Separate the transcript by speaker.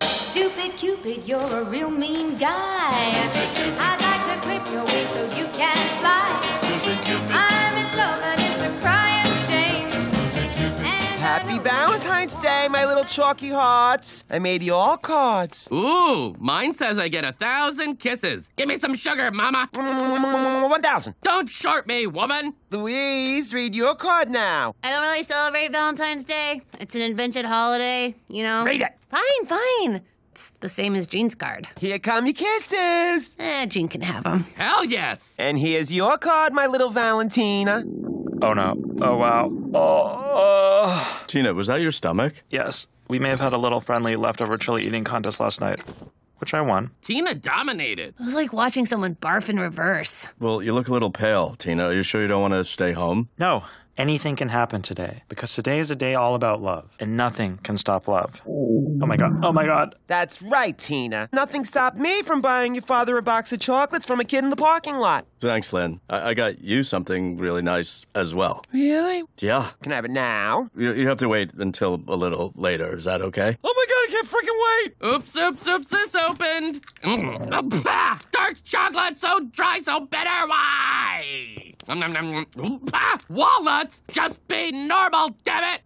Speaker 1: Stupid Cupid, you're a real mean guy. I'd like to clip your wings so you can fly. I'm in love and it's a crying shame. And I
Speaker 2: Happy
Speaker 1: know-
Speaker 2: Valentine's Day, my little chalky hearts. I made you all cards.
Speaker 3: Ooh, mine says I get a thousand kisses. Give me some sugar, mama.
Speaker 2: 1,000.
Speaker 3: Don't short me, woman.
Speaker 2: Louise, read your card now.
Speaker 4: I don't really celebrate Valentine's Day. It's an invented holiday, you know.
Speaker 2: Read it.
Speaker 4: Fine, fine. It's the same as Jean's card.
Speaker 2: Here come your kisses.
Speaker 4: Eh, Jean can have them.
Speaker 3: Hell yes.
Speaker 2: And here's your card, my little Valentina.
Speaker 5: Oh no. Oh wow. Oh. uh,
Speaker 6: Tina, was that your stomach?
Speaker 5: yes, we may have had a little friendly leftover chili eating contest last night, which I won.
Speaker 3: Tina dominated.
Speaker 4: It was like watching someone barf in reverse.
Speaker 6: Well, you look a little pale, Tina. Are you sure you don't want to stay home?
Speaker 5: No, anything can happen today because today is a day all about love, and nothing can stop love. Oh my god. Oh my god.
Speaker 2: That's right, Tina. Nothing stopped me from buying your father a box of chocolates from a kid in the parking lot.
Speaker 6: Thanks, Lynn. I, I got you something really nice as well.
Speaker 2: Really?
Speaker 6: Yeah.
Speaker 2: Can I have it now?
Speaker 6: You, you have to wait until a little later. Is that okay?
Speaker 2: Oh my god, I can't freaking wait!
Speaker 3: Oops, oops, oops, this opened. Mm. Oh, pah. Dark chocolate, so dry, so bitter. ah, Why? Nom, nom, nom, nom. Ooh, pah. Walnuts, just be normal, damn it.